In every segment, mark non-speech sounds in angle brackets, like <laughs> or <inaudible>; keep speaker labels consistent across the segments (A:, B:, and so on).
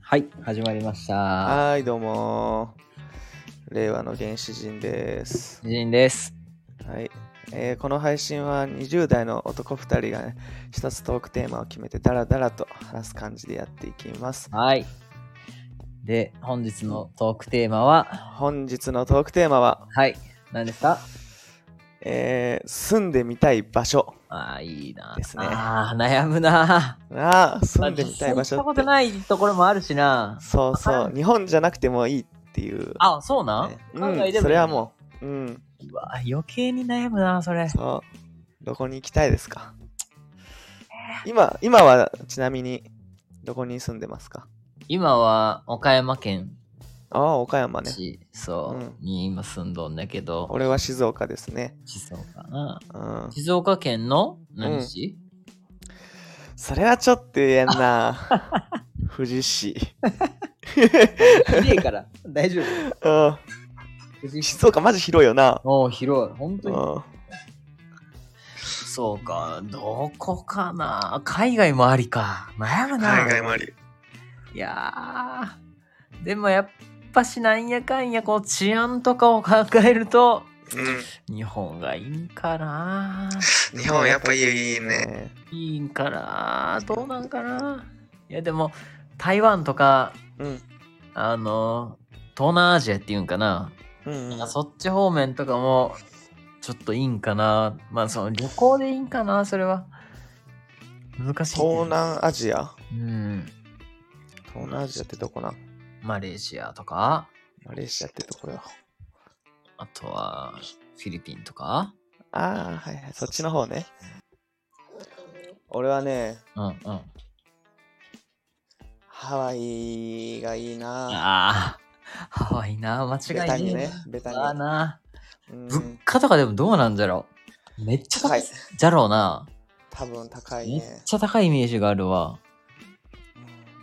A: はい、始まりました。
B: はーい、どうもー。令和の原始人です。
A: ジンです。
B: はい。えーこの配信は20代の男2人がね、一つトークテーマを決めてダラダラと話す感じでやっていきます。
A: はい。で、本日のトークテーマは、
B: 本日のトークテーマは、
A: はい、何ですか
B: えー住んでみたい場所。
A: ああ、いいな。
B: ですね
A: ああ、悩むな。
B: ああ、住んでみたい場所
A: まあ実際行ったこ
B: っ
A: と
B: て。
A: ないところもあるしな。
B: そう
A: わ
B: そ
A: か
B: う、日本じゃなくてもいいっていう。
A: あそうなん、
B: ねう
A: 海外でもいい
B: ん、それはもう、うん、
A: うわ余計に悩むな、それ。
B: そう。どこに行きたいですか今、今はちなみに、どこに住んでますか
A: 今は岡山県
B: ああ、岡山ね。
A: 市、そう、
B: うん
A: に今住んどんだけど、
B: 俺は静岡ですね。
A: 静岡な。
B: うん。
A: 静岡県の
B: う
A: 何
B: ん
A: 市、
B: それはちょっと言えんな。富士市。
A: 広いから、大
B: <laughs>
A: 丈夫。
B: うん。
A: 富士市
B: 静岡マジ広いよな。
A: おお、広い。本当
B: う
A: に
B: ん。
A: そうか、どこかな海外もありか。悩むな。
B: あり。
A: いやー、でもやっぱしなんやかんや、こう治安とかを考えると、
B: う
A: 日本がいいんかな。
B: ん。日本やっぱいいね。
A: いいんかな。どうなんかな。いや、でも、台湾とか、
B: うん。
A: あの、東南アジアっていうんかな。
B: うん
A: なんかそっち方面とかも、ちょっといいんかな。まあ、その旅行でいいんかな、それは。難しいね、
B: 東南アジア
A: うん。
B: 東南アジアってどこな
A: マレーシアとか、
B: マレーシアってどこよ。
A: あとはフィリピンとか。
B: ああ、はいはい。そっちの方ね。俺はね、
A: うんうん。あ
B: ハワイがいいな。
A: あー、ハワイな、間
B: ベ
A: 違い
B: タ
A: ない
B: にね
A: ね。。
B: ベ
A: あ
B: タ
A: あ
B: に。
A: な。
B: うん
A: 物価とかでもどうなんじゃろうめっちゃ高
B: 高
A: い
B: い。
A: じゃろうな。
B: 多分高い
A: めっ
B: ね。
A: ちゃ高いイメージがあるわ。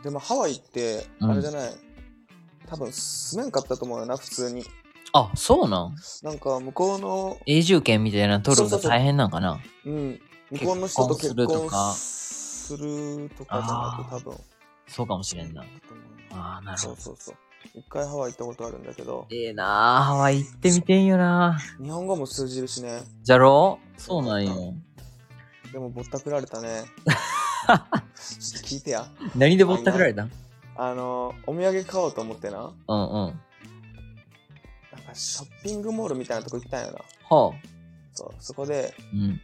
B: でもハワイって、
A: うん
B: あれじゃない、多分住めんかったと思うよな、普通に。
A: あ、そうなん
B: なんか向こうの、
A: 永住権みたいなの取るの
B: そ
A: が
B: うそうそう
A: 大変なんかな
B: うん、向こうの人と結
A: 結婚するとか
B: 婚するとかじゃな
A: あー
B: いと多分。
A: そうかもしれんな。ああ、なるほ
B: そ
A: ど
B: う。そうそう。一回ハワイ行ったことあるんだけど、
A: ええなあハワイ行ってみてんよな。
B: 日本語も通じるしね、
A: じゃろうそうなんよ。
B: でもぼったくられ
A: <laughs>
B: たね。ちょっと聞いてや。
A: 何でぼったくられたうん
B: あの、お土産買おうと思ってな、
A: うん。は
B: なんかショッピングモールみたいなとこ行ったんやな。
A: あ。
B: そうそこで、
A: うん。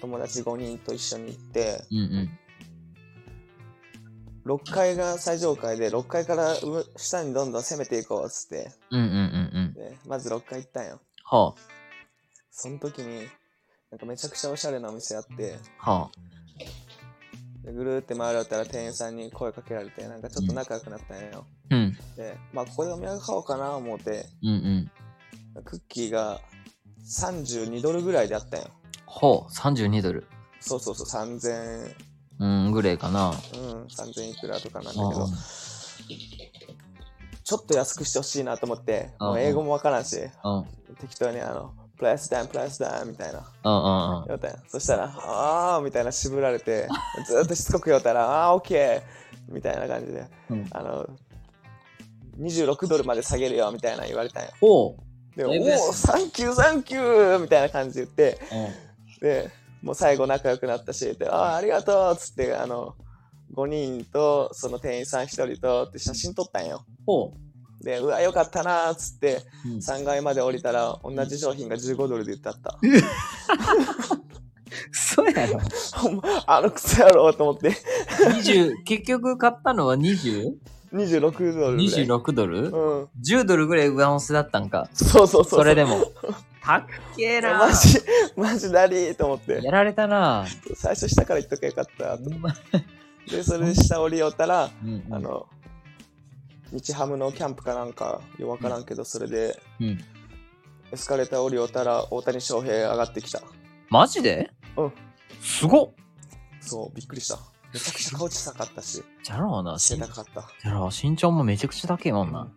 B: 友達5人と一緒に行って、
A: うんうん。
B: 6階が最上階で6階から上下にどんどん攻めていこうっつって
A: うんうんうんうん。
B: でまず6階行ったんよ
A: は
B: その時になんかめちゃくちゃおしゃれなお店あって
A: あ。はあ。
B: でぐるーって回られたら店員さんに声かけられてなんかちょっと仲良くなったんよ
A: うん。
B: でまあここでお土産買おうかな思って
A: うんうん。
B: クッキーが32ドルぐらいであったんよ
A: ほう。32ドル。
B: そうそうそう3000
A: うん、ぐらいかな。
B: うん3000いくらとかなんだけ
A: あ
B: どちょっと安くしてほしいなと思ってもう英語もわからんし
A: あ。うん。うん
B: 適当にあのプライスダウンプライスダウンみたいな
A: うんうん。
B: 言うたんやそしたら「あー」みたいな渋ら
A: <laughs>
B: れてずーっとしつこく言うたら「あーオッケー」みたいな感じで、
A: うん
B: あの26ドルまで下げるよみたいな言われたんや
A: ほう。
B: でも「お
A: だいぶ安い
B: おサンキューサンキュー」みたいな感じで言ってでもう最後仲良くなったしで「あーありがとう」っつってあの5人とその店員さん1人とって写真撮ったんよ
A: ほ
B: で「うわよかったな」っつって
A: う。うん
B: 3階まで降りたら同じ商品が15ドルで売ってあった <laughs>
A: そうやろ。
B: ほんまあのクソやろうと思って
A: 20、結局買ったのは 20?26
B: 26ドルぐらい。
A: ドル
B: うん。
A: ?10 ドルぐらい上乗せだったんか。
B: そうそうそうそう。
A: それでも。たっけえな
B: マ。ジ、マジだりーと思って。
A: やられたな。
B: 最初下から行っとけよかったと。で、それで下降りよったら、
A: うんうん
B: あの、日ハムのキャンプかなんか、よくわからんけど、それで、
A: うん。
B: エスカレーター降りよったら、大谷翔平上がってきた。
A: マジで
B: うん。
A: すごっ。
B: そう、びっくりした。めちゃくちゃ顔小さかったし、
A: じゃろうな。し
B: 背
A: じ
B: 高かった。
A: ゃろう。身長もめちゃくちゃ高いもん
B: う
A: な。
B: んや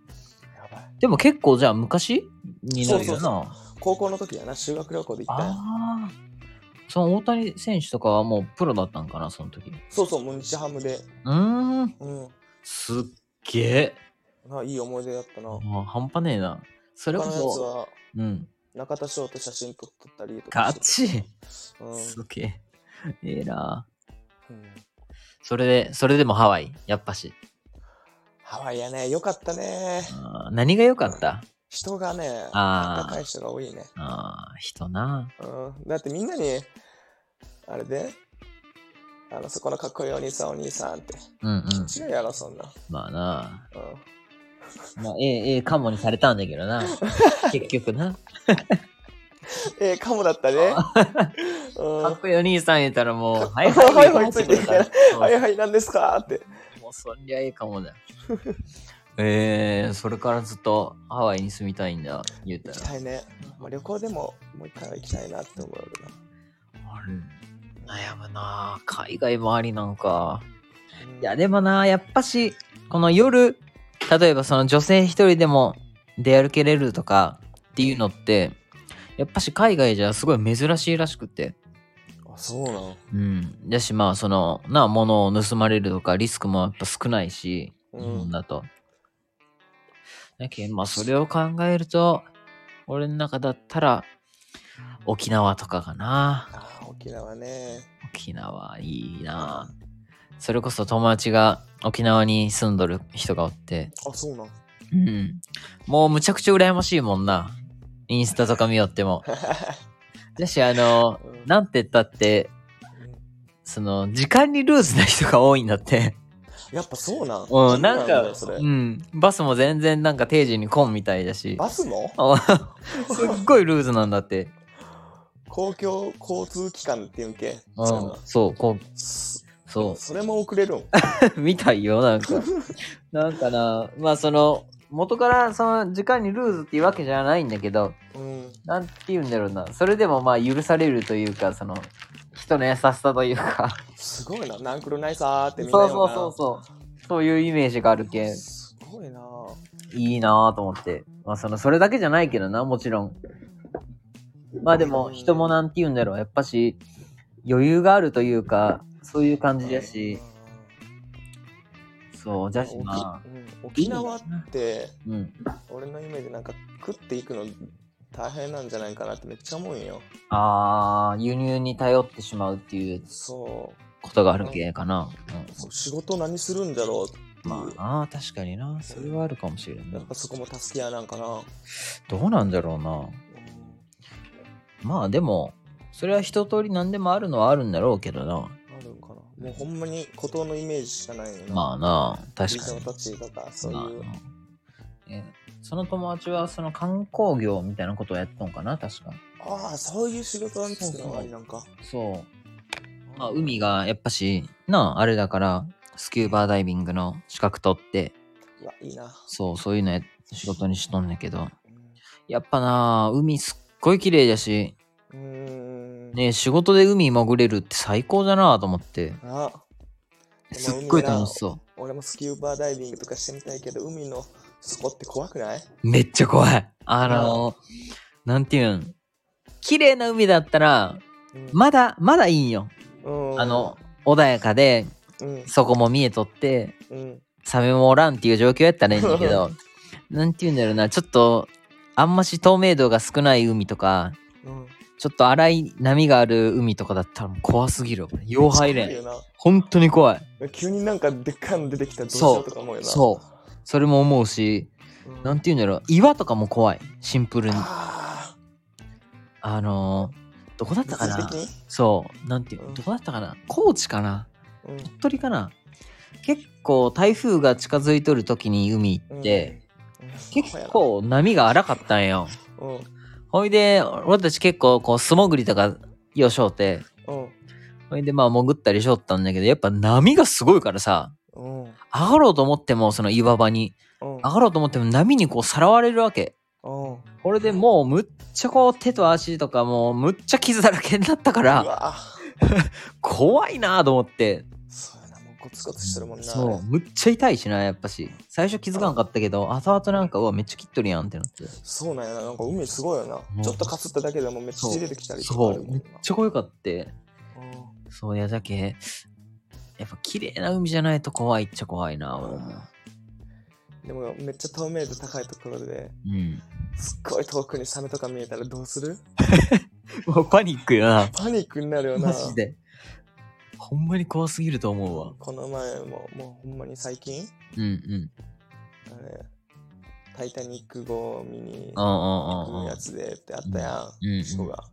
B: ばい。
A: でも結構じゃあ昔になるよな。
B: そうそう高校の時やな、修学旅行で行ったんや
A: ああ。その大谷選手とかはもうプロだったんかな、その時。う
B: そうそう、もう日ハムで。
A: ーん。
B: うん。
A: すっげえ。
B: あいい思い出だったな。
A: もう半端ねえな。それ
B: 他
A: こ
B: のやつ
A: そ、
B: は
A: うん。
B: 中田翔と写真撮ったりと
A: ガ
B: かして。
A: チ
B: うん
A: すげえ。ええな。
B: うん
A: それで、それでもハワイ、やっぱし。
B: ハワイやね、よかったね。
A: あー何が良かった
B: 人がね、
A: あー
B: 高い人が多いね。
A: ああ、人な。
B: うん、だってみんなに、あれで、あの、そこのかっこいいお兄さんお兄さんって。
A: うんうん。
B: 違うやろ、そんな。
A: まあな。
B: うん。
A: まあ、ええ、ええ、かもにされたんだけど
B: <laughs>
A: な。結局な。
B: ええかもだったね。うん。
A: かっこいいお兄さん言ったらもう、はいい
B: はい
A: はいはい、ついて
B: はいは
A: はい
B: はい、何ですかって。
A: もうそりゃええかもだよ。 <laughs> えー、それからずっとハワイに住みたいんだ、言うた
B: 行き
A: ら。
B: たいね。まあ、旅行でも、もう一回は行きたいなって思うな。
A: ある悩むなあ海外周りなんか。
B: うん
A: いや、でもなあやっぱし、この夜、例えばその女性一人でも出歩けれるとかっていうのって、やっぱし海外じゃすごい珍しいらしくて。
B: あ、そうなの
A: うん。だしまあ、その、なあ、物を盗まれるとかリスクもやっぱ少ないし。
B: う
A: 日
B: ん。
A: 本だと。だけど、まあ、それを考えると、俺の中だったら、沖縄とかかな。
B: あー沖縄ね。
A: 沖縄いいな。それこそ友達が沖縄に住んどる人がおって、
B: あ、そうなの
A: うん。もうむちゃくちゃ羨ましいもんな。インスタとか見よっても。だし、あの、
B: うん
A: なんて言ったって、その、時間にルーズな人が多いんだって。
B: やっぱそうなん
A: うん、なん
B: だ
A: か、
B: それ
A: う。ん、バスも全然なんか定時に来んみたいだし。
B: バスも
A: あ <laughs> すっごいルーズなんだって。
B: 公共交通機関っていうんけ。
A: うん
B: そうなの
A: そう、こう、
B: そ
A: そ
B: それも遅れるん。
A: う、 <laughs> みたいよ、なんか。なんかな、まあその、元からその時間にルーズっていうわけじゃないんだけど、
B: うん。
A: なんて言うんだろうな、それでもまあ許されるというか、その、人の優しさというか、
B: すごいな。ナンクルナイサーって
A: そう
B: みん
A: そう
B: な言うな
A: そうそう、そういうイメージがあるけん、
B: すごいな。
A: いいなぁと思って。まあその、それだけじゃないけどな、もちろん。まあでも、人もなんて言うんだろう、やっぱし、余裕があるというか、そういう感じだし、そう、じゃし
B: うん
A: まあ。
B: 沖うん沖縄って、
A: うん。
B: 俺のイメージなんか食っていくの大変なんじゃないかなってめっちゃ思うんよ。
A: ああ、輸入に頼ってしまうっていう
B: そ
A: ことがあるけかな。
B: う。そう仕事何するんだろうって
A: うん、ま
B: いう。
A: あなあ、確かにな。それはあるかもしれんな
B: や
A: い
B: っ。ぱそこも助け屋なんかな。
A: どうなんだろうな。まあでも、それは一通り何でもあるのはあるんだろうけどな。
B: あるんかな。もうほんまに孤島のイメージしかないよな。
A: まあなあ、確
B: リ
A: か
B: ゾ
A: に
B: ー。ト地とかそう
A: まあ
B: いう。
A: なえその友達はその観光業みたいなことをやったのかな確か
B: ああ、そういう仕事なんですね、ありなんか。
A: そうまあ海がやっぱしなああれだからスキューバーダイビングの資格取って
B: うわ、いいな。
A: そう、そういうのや仕事にしとんねんけど。
B: うん
A: やっぱなあ海すっごい綺麗だし、
B: うーん。
A: ねえ仕事で海潜れるって最高だなあと思って。
B: あでも
A: すっごい楽しそ。
B: 俺もスキューバーダイビングとかしてみたいけど、海の底って怖くないう
A: めっちゃ怖い。あの、なんていうん。綺麗な海だったら、
B: うん
A: まだ、まだいいんよ。
B: うん
A: あの、、穏やかで、
B: うん、
A: そこも見えとって、
B: うん。
A: サメもおらんっていう状況やったらいいんだけ
B: <laughs>
A: ど、なんていうんだろうな、ちょっと、あんまし透明度が少ない海とか、
B: うん、
A: ちょっと荒い波がある海とかだったらもう怖すぎるよ。よう入れ
B: 怖い
A: ん。
B: よな
A: 本当に怖い。
B: 急になんかでっかいの出てきたらどうしようとか思うよな。
A: そう。それも思うし、
B: う。
A: なんて言うんだろう。岩とかも怖い。シンプルに。
B: あ
A: あのー、どこだっ
B: ー
A: たかな
B: 物理的
A: そう。なんていうう、
B: ん
A: どこだったかな高知かな
B: に
A: 鳥取かな結構台風が近づいとる時に海行って、
B: うん
A: 結構波が荒かったんよ。
B: うん、
A: ほいで、俺たち結構こう素潜りとかよしょうて、ほいでまあ潜ったりしょったんだけど、やっぱ波がすごいからさ、
B: うん、うん、
A: 上がろうと思ってもその岩場に
B: うん、
A: 上がろうと思っても波にこうさらわれるわけ
B: うん、
A: これでもうむっちゃこう手と足とかもうむっちゃ傷だらけになったか
B: う
A: ら
B: わ
A: 怖いなと思って
B: そうやな、もうゴツゴツしてるもんな。
A: そうむっちゃ痛いしなやっぱし最初気づかなかったけど後々なんかうわめっちゃ切っとるやんってなって
B: そうなんやな、なんか海すごいよ
A: う
B: な。
A: ん
B: ちょっとかすっただけでもめっちゃ血出てきたりとか
A: そ
B: ある
A: う
B: もん
A: め
B: な
A: っ。ちゃ怖かってそういやだけやっぱ綺麗な海じゃないと怖いっちゃ怖いな俺も
B: うんでもめっちゃ透明度高いところで
A: うん。
B: すっごい遠くにサメとか見えたらどうする
A: <laughs> もうパニックよな。
B: パニックになるよな
A: <laughs> マジで。ほんまに怖すぎると思うわ。
B: この前ももうほんまに最近
A: うんうん。
B: あれ「タイタニック号」見に
A: うんうんうん
B: 行
A: う
B: く
A: ん
B: や。つでってあったやん
A: うんうん
B: 人が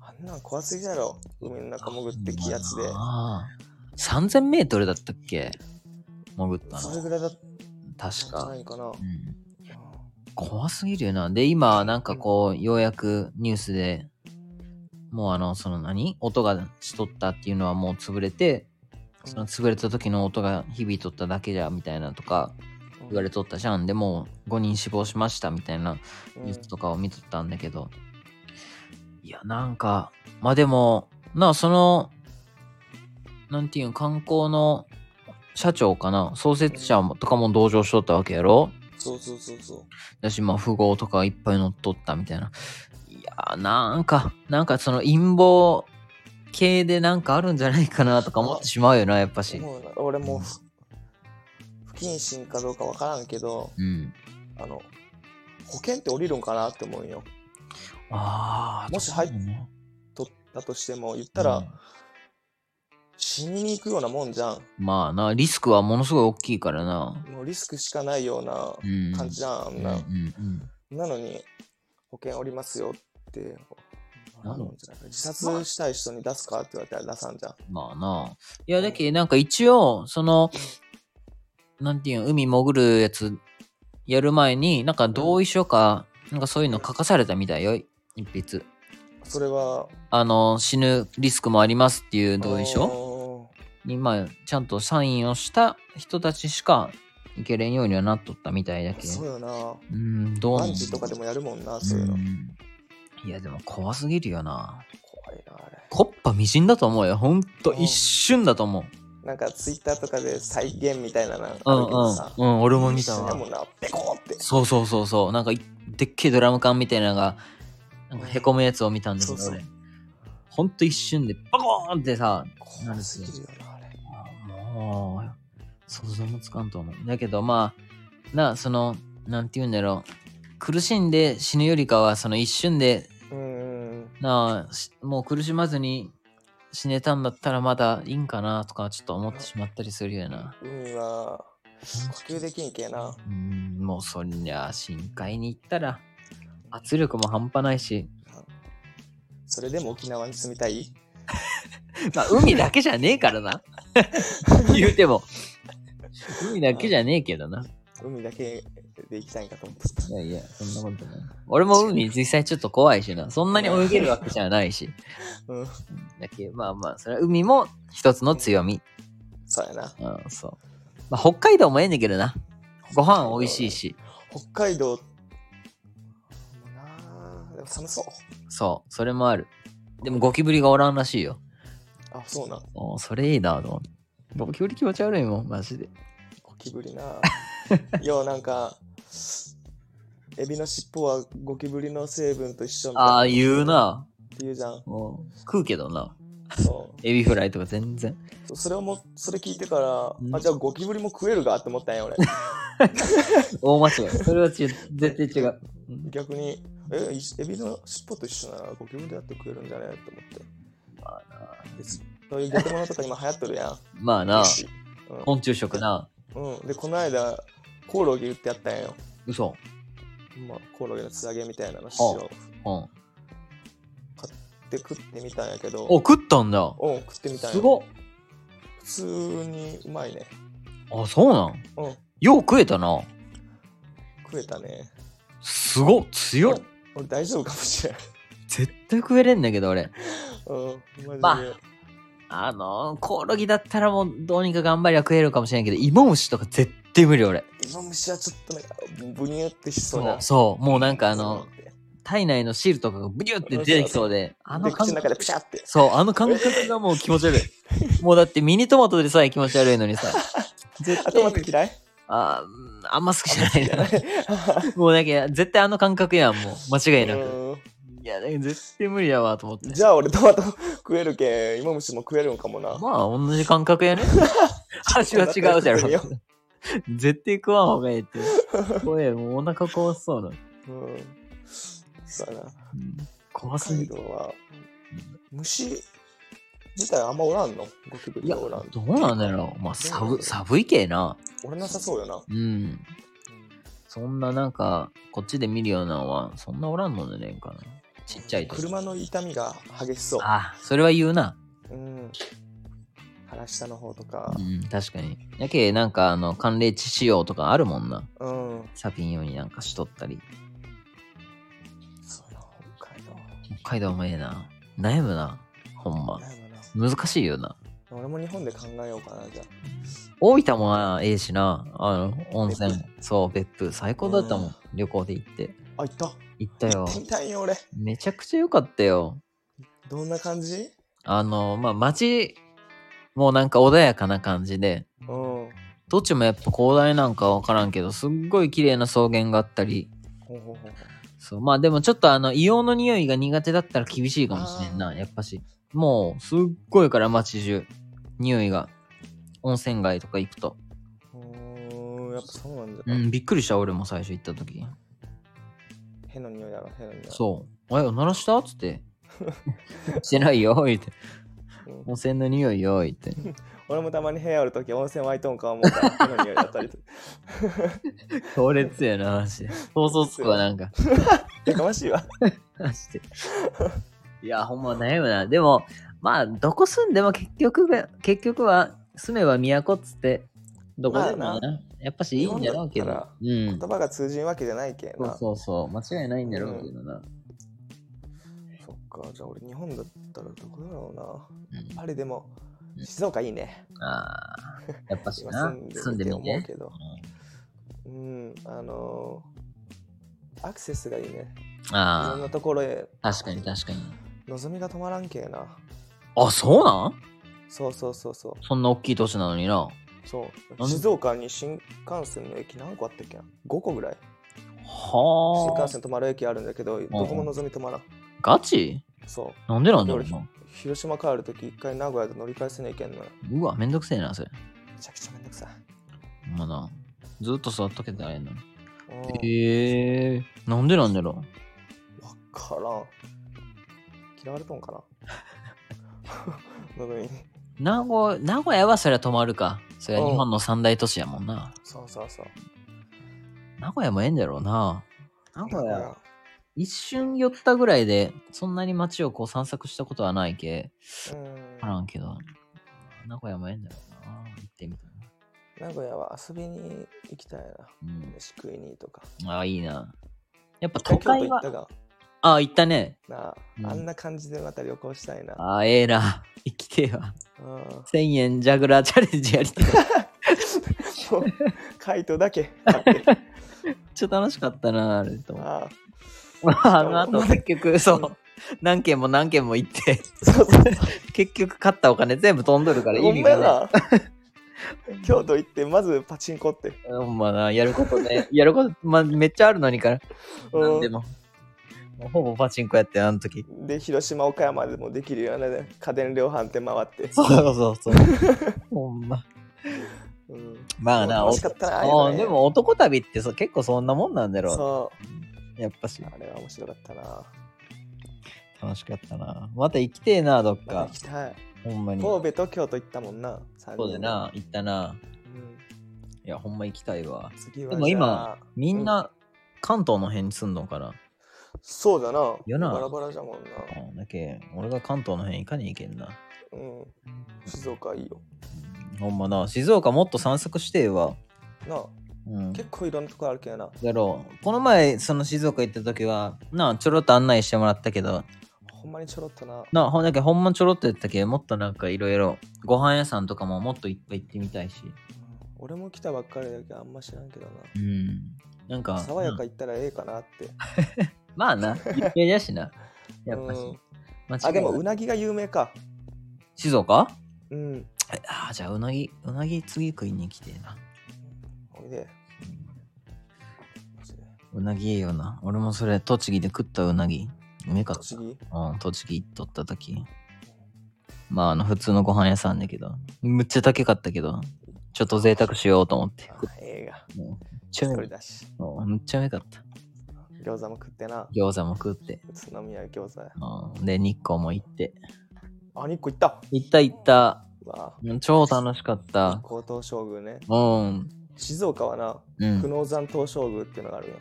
B: あんなん怖すぎだろ海の中潜ってきやつで
A: ああ。3000メートルだったっけ潜った
B: それ
A: の。
B: ぐらいだっ
A: 確
B: たんじゃ
A: か
B: な。いかな
A: うん。怖すぎるよな。で、今、なんかこう、ようやくニュースで、もうあの、その何音がしとったっていうのはもう潰れて、その潰れた時の音が響いとっただけじゃ、みたいなとか
B: うん
A: 言われとったじゃん。でもう、5人死亡しました、みたいな
B: うん
A: ニュースとかを見とったんだけど。いや、なんか、まあでも、なあ、その、なんていうん、観光の社長かな、創設者もとかも同情しとったわけやろ
B: そうそうそうそ
A: だし、まあ、富豪とかいっぱい乗っ取ったみたいな。いやー、なんか、なんかその陰謀系でなんかあるんじゃないかなとか思ってしまうよな、やっぱ
B: う
A: し。
B: もうな俺もうふ不謹慎かどうかわからんけど
A: うん。
B: あの保険って降りるんかなって思うんよ
A: ああ、
B: もし入っ
A: そうね
B: 取ったとしても言ったら、
A: うん
B: 死にに行くようなもんじゃん
A: まあな、リスクはものすごい大きいからな。
B: もうリスクしかないような
A: うん。
B: 感じじゃん、あん
A: うんう
B: な、
A: ん
B: なのに保険おりますよって
A: なの
B: じゃない自殺したい人に出すかって言われたら出さんじゃん、
A: うんまあな。いや、だけどなんか一応、その、なんていうん、海潜るやつやる前に、なんか同意書か、なんかそういうの書かされたみたいよ、一筆。
B: それは
A: あの、死ぬリスクもありますっていう同意書
B: ょ
A: に、まあ、ちゃんとサインをした人たちしか行けれんようにはなっとったみたいだけど
B: そう。よな
A: うん、どうな
B: バ
A: ん
B: ンジーとかでもやるもんなそういうの、
A: んいや、でも怖すぎるよな。
B: 怖いなあれ
A: コッパみじんだと思うよ。ほんと、
B: うん
A: 一瞬だと思う。
B: なんかツイッターとかで再現みたいなのあるけ
A: うん
B: どさ、
A: うん。うん、俺も見
B: 一
A: た
B: 瞬だも
A: わ。
B: んなペコーって
A: そうそうそうそう。なんかい、でっけえドラム缶みたいなのが、なんかへこむやつを見たんだけど、
B: そうそう
A: 俺。ほんと一瞬で、バコーンってさ、
B: 怖すぎるよなあれ
A: もう、想像もつかんと思う。だけどまあ、な、その、なんて言うんだろう。苦しんで死ぬよりかは、その一瞬で、
B: うんうん
A: なあ、しもう苦しまずに死ねたんだったらまだいいんかなとか、ちょっと思ってしまったりするよな。
B: 海は呼吸できんけえな
A: うん、もうそりゃ、深海に行ったら、圧力も半端ないし、
B: それでも沖縄に住みたい
A: まあ、海だけじゃねえからな。 <laughs> 言うても。海だけじゃねえけどな。
B: 海だけで行きたいんかと思っ
A: いやいや、そんなことない。俺も海実際ちょっと怖いしな。そんなに泳げるわけじゃないし。
B: た、うん、
A: だけどまあまあ、それは海も一つの強み。
B: そうやな
A: うん、そう。まあ、北海道もええねんけどな。ご飯美味しいし。
B: 北海道もなあでも寒そう
A: そう、それもある。でもゴキブリがおらんらしいよ。
B: あそうなん
A: おーそれいいなと思って。ゴキブリ気持ち悪いもん、マジで。
B: ゴキブ
A: <laughs>
B: リなようなんかエビの尻尾はゴキブリの成分と一緒みたい
A: ああ、言う
B: っ
A: な。
B: て言うじゃん
A: うん食うけどな。
B: そ
A: エビフライとか全然。
B: うそれをもそれ聞いてから、
A: うん
B: あじゃあゴキブリも食えるがって思ったんや俺
A: 大間違い。それはちゅ絶対違う。うん
B: 逆にえいエビの尻尾と一緒ならゴキブリだって食えるんじゃねって思って
A: まあな。
B: 別にそういう逆物とか今流行ってるやん
A: まあな。
B: うん
A: 昆虫食な。
B: うん、でこの間コオロギ売ってやったんよ、
A: 嘘。
B: まあ、コオロギの素揚げみたいなの
A: あ
B: 塩
A: うん。
B: で食ってみたんやけど
A: お、食ったんだ。
B: うん食ってみたん
A: す
B: や
A: ごっ。
B: 普通にうまいね
A: あ、そうなん。
B: うん
A: よう食えたな。
B: 食えたね
A: すごっ。強っ。
B: 俺大丈夫かもしれない
A: 絶対食えれんだけど、俺。
B: <laughs> うんマジで、
A: まああのー、コオロギだったらもうどうにか頑張りゃ食えるかもしれんけど、イモムシとか絶対無理、俺。
B: 今虫はちょっとなんかブニュってしそう
A: そう
B: な。
A: そう。もうなんかあ
B: そうな
A: の
B: ん、で
A: 体内の汁とかがブリュって出てきそうで、あの
B: で口
A: 感
B: の中で
A: 覚。
B: ピシャって
A: そう、あの感覚がもう気持ち悪
B: <laughs>
A: い。もうだってミニトマトでさえ気持ち悪いのにさ。絶
B: あトマ
A: 対
B: ト嫌い
A: あー、あんま好きじゃない
B: 嫌
A: な。
B: い
A: もうだけど絶対あの感覚やん、もう。間違いなく。
B: <laughs> うん
A: いや、だけど絶対無理だわ、と思って。
B: じゃあ俺トマト食えるけん芋虫も食えるんかもな <laughs>
A: まあ、同じ感覚やね。味は違うじゃろ
B: ちょっと待って。
A: 絶対食わん方がええって。怖え、もうお腹壊しそうな。
B: うん。そうやな。
A: うん怖
B: 北
A: すぎ
B: 海
A: る
B: 道。は、虫自体あんまおらんのゴキブ
A: い
B: リ
A: や、
B: はおらん。
A: どうなんだろう。まあ、寒寒いけな。
B: 俺なさそうよな。
A: うん。そんななんか、こっちで見るようなのは、そんなおらんのでねんかな。ちっちゃいと。
B: 車の痛みが激しそう。
A: あ、それは言うな。
B: うん。腹下の方とか
A: う。ん、確かに。やけ、なんか、あの、寒冷地仕様とかあるもんな。
B: うん。
A: サピン用になんかしとったり。
B: そうやな、北海道。
A: 北海道もええな。悩むな。ほんま。
B: ないもんな
A: 難しいよな。
B: 俺も日本で考えようかな、じゃあ。
A: 大分もなええしな。あの、温泉。そう、別府。最高だったも
B: うん
A: ん。旅行で行って。
B: あ、行った。
A: 行った
B: 行
A: よ
B: っ。てみたいよ、俺。
A: めちゃくちゃ良かったよ。
B: どんな感じ
A: あの、まあ、街もなんか穏やかな感じで、
B: うん。
A: どっちもやっぱ広大なんかわからんけど、すっごい綺麗な草原があったり、
B: ほうほうほう
A: そう、まあでもちょっとあの、硫黄の匂いが苦手だったら厳しいかもしれん
B: あ
A: な、やっぱし。もう、すっごいから街中、匂いが。温泉街とか行くと。
B: うーん、やっぱそうなんだ。
A: うん、びっくりした、俺も最初行った時。
B: 変な匂いだろ、変な匂い。
A: そう。あれ、おならしたつって。してないよ、言って。
B: うん
A: 温泉の匂いよ、言って。
B: 俺もたまに部屋おるとき温泉湧いとんか思うから、変な匂いだったりと。
A: 強烈やな、マジで。そうそうつくわ、なんか。
B: やかましいわ。
A: マジで。いや、ほんま悩むな。でも、まあ、どこ住んでも結局が、結局は、住めば都っつって、どこでもな、
B: まあ
A: やっぱしいいんだろうけ
B: 日本
A: ど
B: だ。
A: うん。
B: 言葉が通じんわけじゃないけん
A: そう
B: な。そ
A: そうそう、間違いないんだろうけどな。
B: っか、じゃあ俺日本だったらどこだろう
A: うん
B: な。パリでも
A: う、ん
B: 静岡いいね。
A: ああ、やっぱし
B: <laughs> 今
A: な、
B: 住
A: 住
B: ん
A: ん
B: で
A: で
B: みて
A: み
B: 思う
A: ね。
B: け
A: う
B: ど。
A: ん
B: うん、あのーアクセスがいいね。いろん
A: あ
B: なところへ
A: あ、確かに確かに。
B: 望みが止まらんけえな。
A: あ、そうなん
B: そうそうそうそう。
A: そんな大きい都市なのにな。
B: そう
A: なんで
B: 静岡に新幹線の駅何個あったっけな ?5 個ぐらい。新
A: は
B: 幹
A: あ。
B: 線止まる駅あるんだけど、どこも望み止まらん。
A: ガチ
B: そう。
A: なんでなんだろう
B: いや
A: な。
B: 広島帰るとき、一回名古屋で乗り返せないけんのよ。
A: うわ、めんどくせえな、それ。
B: めちゃくちゃめんどくさい。
A: ほんまな。ずっと座っとけたらええのに。
B: うん
A: へえー、なんでなんだろ
B: わからん。嫌われとんかな <laughs> 望みに。
A: う名古名古屋はそりゃ泊まるかそりゃ
B: うん
A: 日本の三大都市やもんな、
B: そうそうそう。
A: 名古屋もええんだろうな名古屋一瞬寄ったぐらいでそんなに街をこう散策したことはないけ
B: うん
A: 分からんけど名古屋もええんだろうな行ってみたいな
B: 名古屋は遊びに行きたいな。
A: うん
B: 飯食いにとか。
A: ああいいなやっぱ都
B: 京都
A: 会
B: 行っ
A: は
B: たが。
A: ああ行ったね
B: なあ、
A: うん
B: あんな感じでまた旅行したいな。
A: ああええな生きてえわ
B: うん、も
A: 1000円ジャグラーチャレンジやりたい <laughs>
B: う、回答だけ買って。
A: めっちゃ楽しかったなあれと思って
B: ああ
A: ま <laughs> あ、あの後結局、そう、何件も何件も行って、
B: そうそうそ
A: <laughs>
B: う。
A: 結局買ったお金全部飛んどるから
B: ほ
A: 意
B: ん
A: 味
B: まや
A: が
B: な。京都行って、まずパチンコって。
A: ない。ほんまな、やること
B: <laughs>
A: ね、やること、まあ、めっちゃあるのにから、
B: うん
A: なんでも。もうほぼパチンコやって、あの時。
B: で、広島、岡山でもできるようなね、家電量販店回って。
A: そうそうそう。
B: <laughs>
A: ほんま。
B: うん、
A: まあな、
B: 楽しかったな、ああいう
A: お
B: のね
A: でも男旅ってそう結構そんなもんなんだろ。
B: そう
A: やっぱし
B: う。、あれは面白かったな。
A: 楽しかったな。また行きてえな、どっ
B: また
A: か
B: 行。きたい。
A: ほんまに。そ
B: 神戸と京都行ったもんな。三人
A: うだ。な、行ったな。
B: うん、
A: いや、ほんま行きたいわ。
B: 次は
A: でも
B: じゃ
A: 今
B: あ、
A: みんな関東の辺に住んのかな。
B: そうだな。
A: よな
B: バラバラじゃもんな。
A: うんだけ俺が関東の辺いかに行けんな、
B: うん。静岡いいよ。
A: うんほんまな静岡もっと散策してえわ
B: なあ、
A: うん
B: 結構いろんなとこあるけどな。
A: だろうこの前その静岡行った時はなあちょろっと案内してもらったけど
B: ほんまにちょろっとな。
A: なあほんだけほんまちょろっとやったけもっとなんかいろいろご飯屋さんとかももっといっぱい行ってみたいし
B: 俺も来たばっかりだけどあんま知らんけど
A: うんなんか
B: な。爽やか
A: うん
B: 行ったらええかなって。
A: まあな有名だしなやっぱし、
B: うん
A: 間違いない
B: あ、でもうなぎが有名か。
A: 静岡
B: うん。
A: えあーじゃあうなぎうなぎ次食いに来てえな
B: おいで。マジで
A: うなぎええよな俺もそれ栃木で食ったうなぎうめかった
B: 栃木
A: うん、栃木行っとった時まああの普通のご飯屋さんだけどむっちゃ高かったけどちょっと贅沢しようと思って。
B: あ映画。
A: もうめっちゃ
B: 一
A: う
B: 人
A: め
B: だし。
A: もうめっちゃうめかった。
B: 餃子も食ってな。
A: 餃子も食って。
B: 宇都宮餃子。
A: うんで、日光も行って。
B: あ、日光行った。
A: 行った行った。
B: うわ
A: うん超楽しかった。
B: 高等将軍ね。
A: うん。
B: 静岡はな、
A: うん。
B: 久能山東照宮っていうのがあるよ。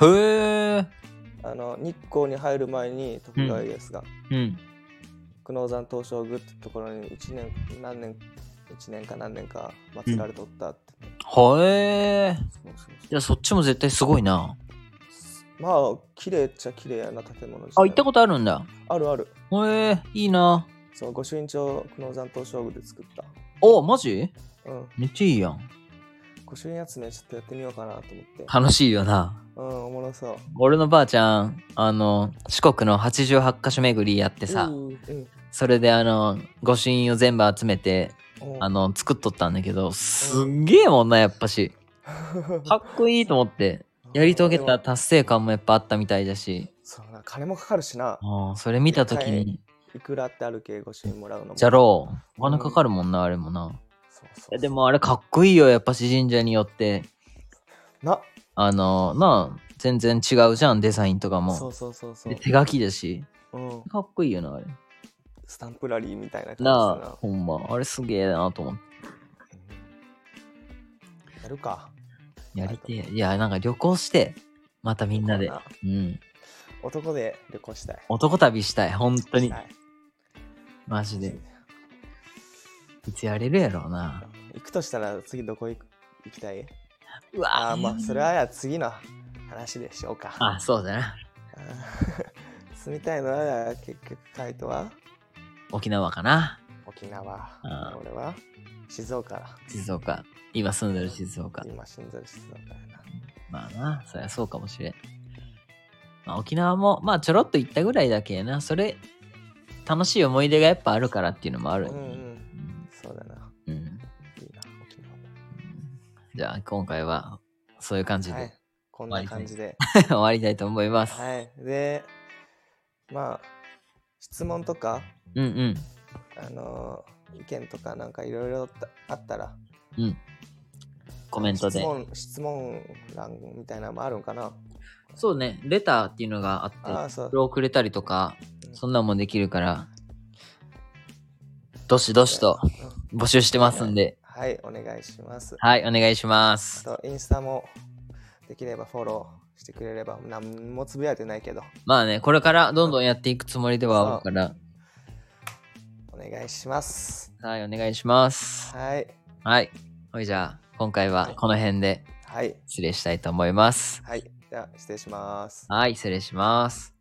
A: へえ。
B: あの日光に入る前に徳川家康が、
A: うん。
B: 久能山東照宮ってところに一年何年一年か何年か祀られとったって、
A: はえ。
B: そうそうそ
A: いや、そっちも絶対すごいな。
B: うまあ綺麗っちゃ綺麗やな建物
A: あ、行った
B: こ
A: ことあるんだ。
B: とあるある
A: へえ、いいな。
B: そう御朱印帳久能山東照宮で作った
A: お、マジ
B: うん、
A: めっちゃいいやん。
B: 御朱印集めちょっとやってみようかなと思って。
A: 楽しいよな。
B: うん、おもろそう。
A: 俺のばあちゃん、あの、四国の88カ所巡りやってさ、
B: うん、うん
A: それであの、御朱印を全部集めて、あの、作っとったんだけど、すんげえもんな、やっぱし。 <laughs> かっこいいと思って、やり遂げた。達成感もやっぱあったみたいだし、
B: そうな、金もかかるしな。
A: うんそれ見た時に、
B: いくらってあるけ、御朱印もらうのも。
A: じゃろう、お金かかるもんな、あれもな。
B: そうそ
A: い
B: う
A: やでもあれかっこいいよ、やっぱし神社によって。
B: な、
A: あの、なあ、全然違うじゃん、デザインとか
B: そ
A: も
B: う。そうそうそ
A: で。
B: う
A: 手書きだし、
B: うん、
A: かっこいいよな、あれ。
B: スタンプラリーみたいな感じだ
A: なあ、ほんま、あれすげえなと思って。
B: な。やるか。
A: やりてえ。いや、なんか旅行して、またみんなで
B: そう。だ
A: うん。
B: 男で旅行したい。
A: 男旅したい、本当に
B: は。い
A: マジで。いつやれるやろうな。
B: 行くとしたら次どこ行く行きたいう
A: わ
B: ああ、まあ、それはや次の話でしょうか。
A: あ、そうだな。
B: あー <laughs> 住みたいのは結局カイトは
A: 沖縄かな。
B: 沖縄
A: あー
B: 俺は静岡だ
A: 静岡。今住んでる静岡。
B: 今死んでる静岡やな
A: まあな、そりゃそうかもしれん。まあ、沖縄も、まあちょろっと行ったぐらいだけやな。それ、楽しい思い出がやっぱあるからっていうのもある。
B: うんうんそうだな
A: うんうん
B: いいな沖縄
A: じゃあ今回はそういう感じ
B: だは
A: で
B: いこんな感じで
A: <laughs> 終わりたいと思います。
B: はいでまあ質問とか
A: うんうん。
B: あのー意見とかなんかいろいろあったら
A: コメント
B: 質
A: で。
B: 問質問欄みたいなのもあるんかな
A: そうね、レターっていうのがあって、
B: ああそう
A: それをくれたりとか、
B: うん
A: そんなんもできるから、どしどしと募集してますんで、
B: はいお願いします
A: はい、お願いします。
B: あとインスタもできればフォローしてくれれば何もつぶやいてないけど
A: まあね、これからどんどんやっていくつもりではあるから、
B: お願いします
A: はい、お願いします。
B: はい
A: はい。ほいじゃあ、今回はこの辺で
B: はい
A: 失礼したいと思います。
B: はいじゃあ失礼します
A: はい、失礼します。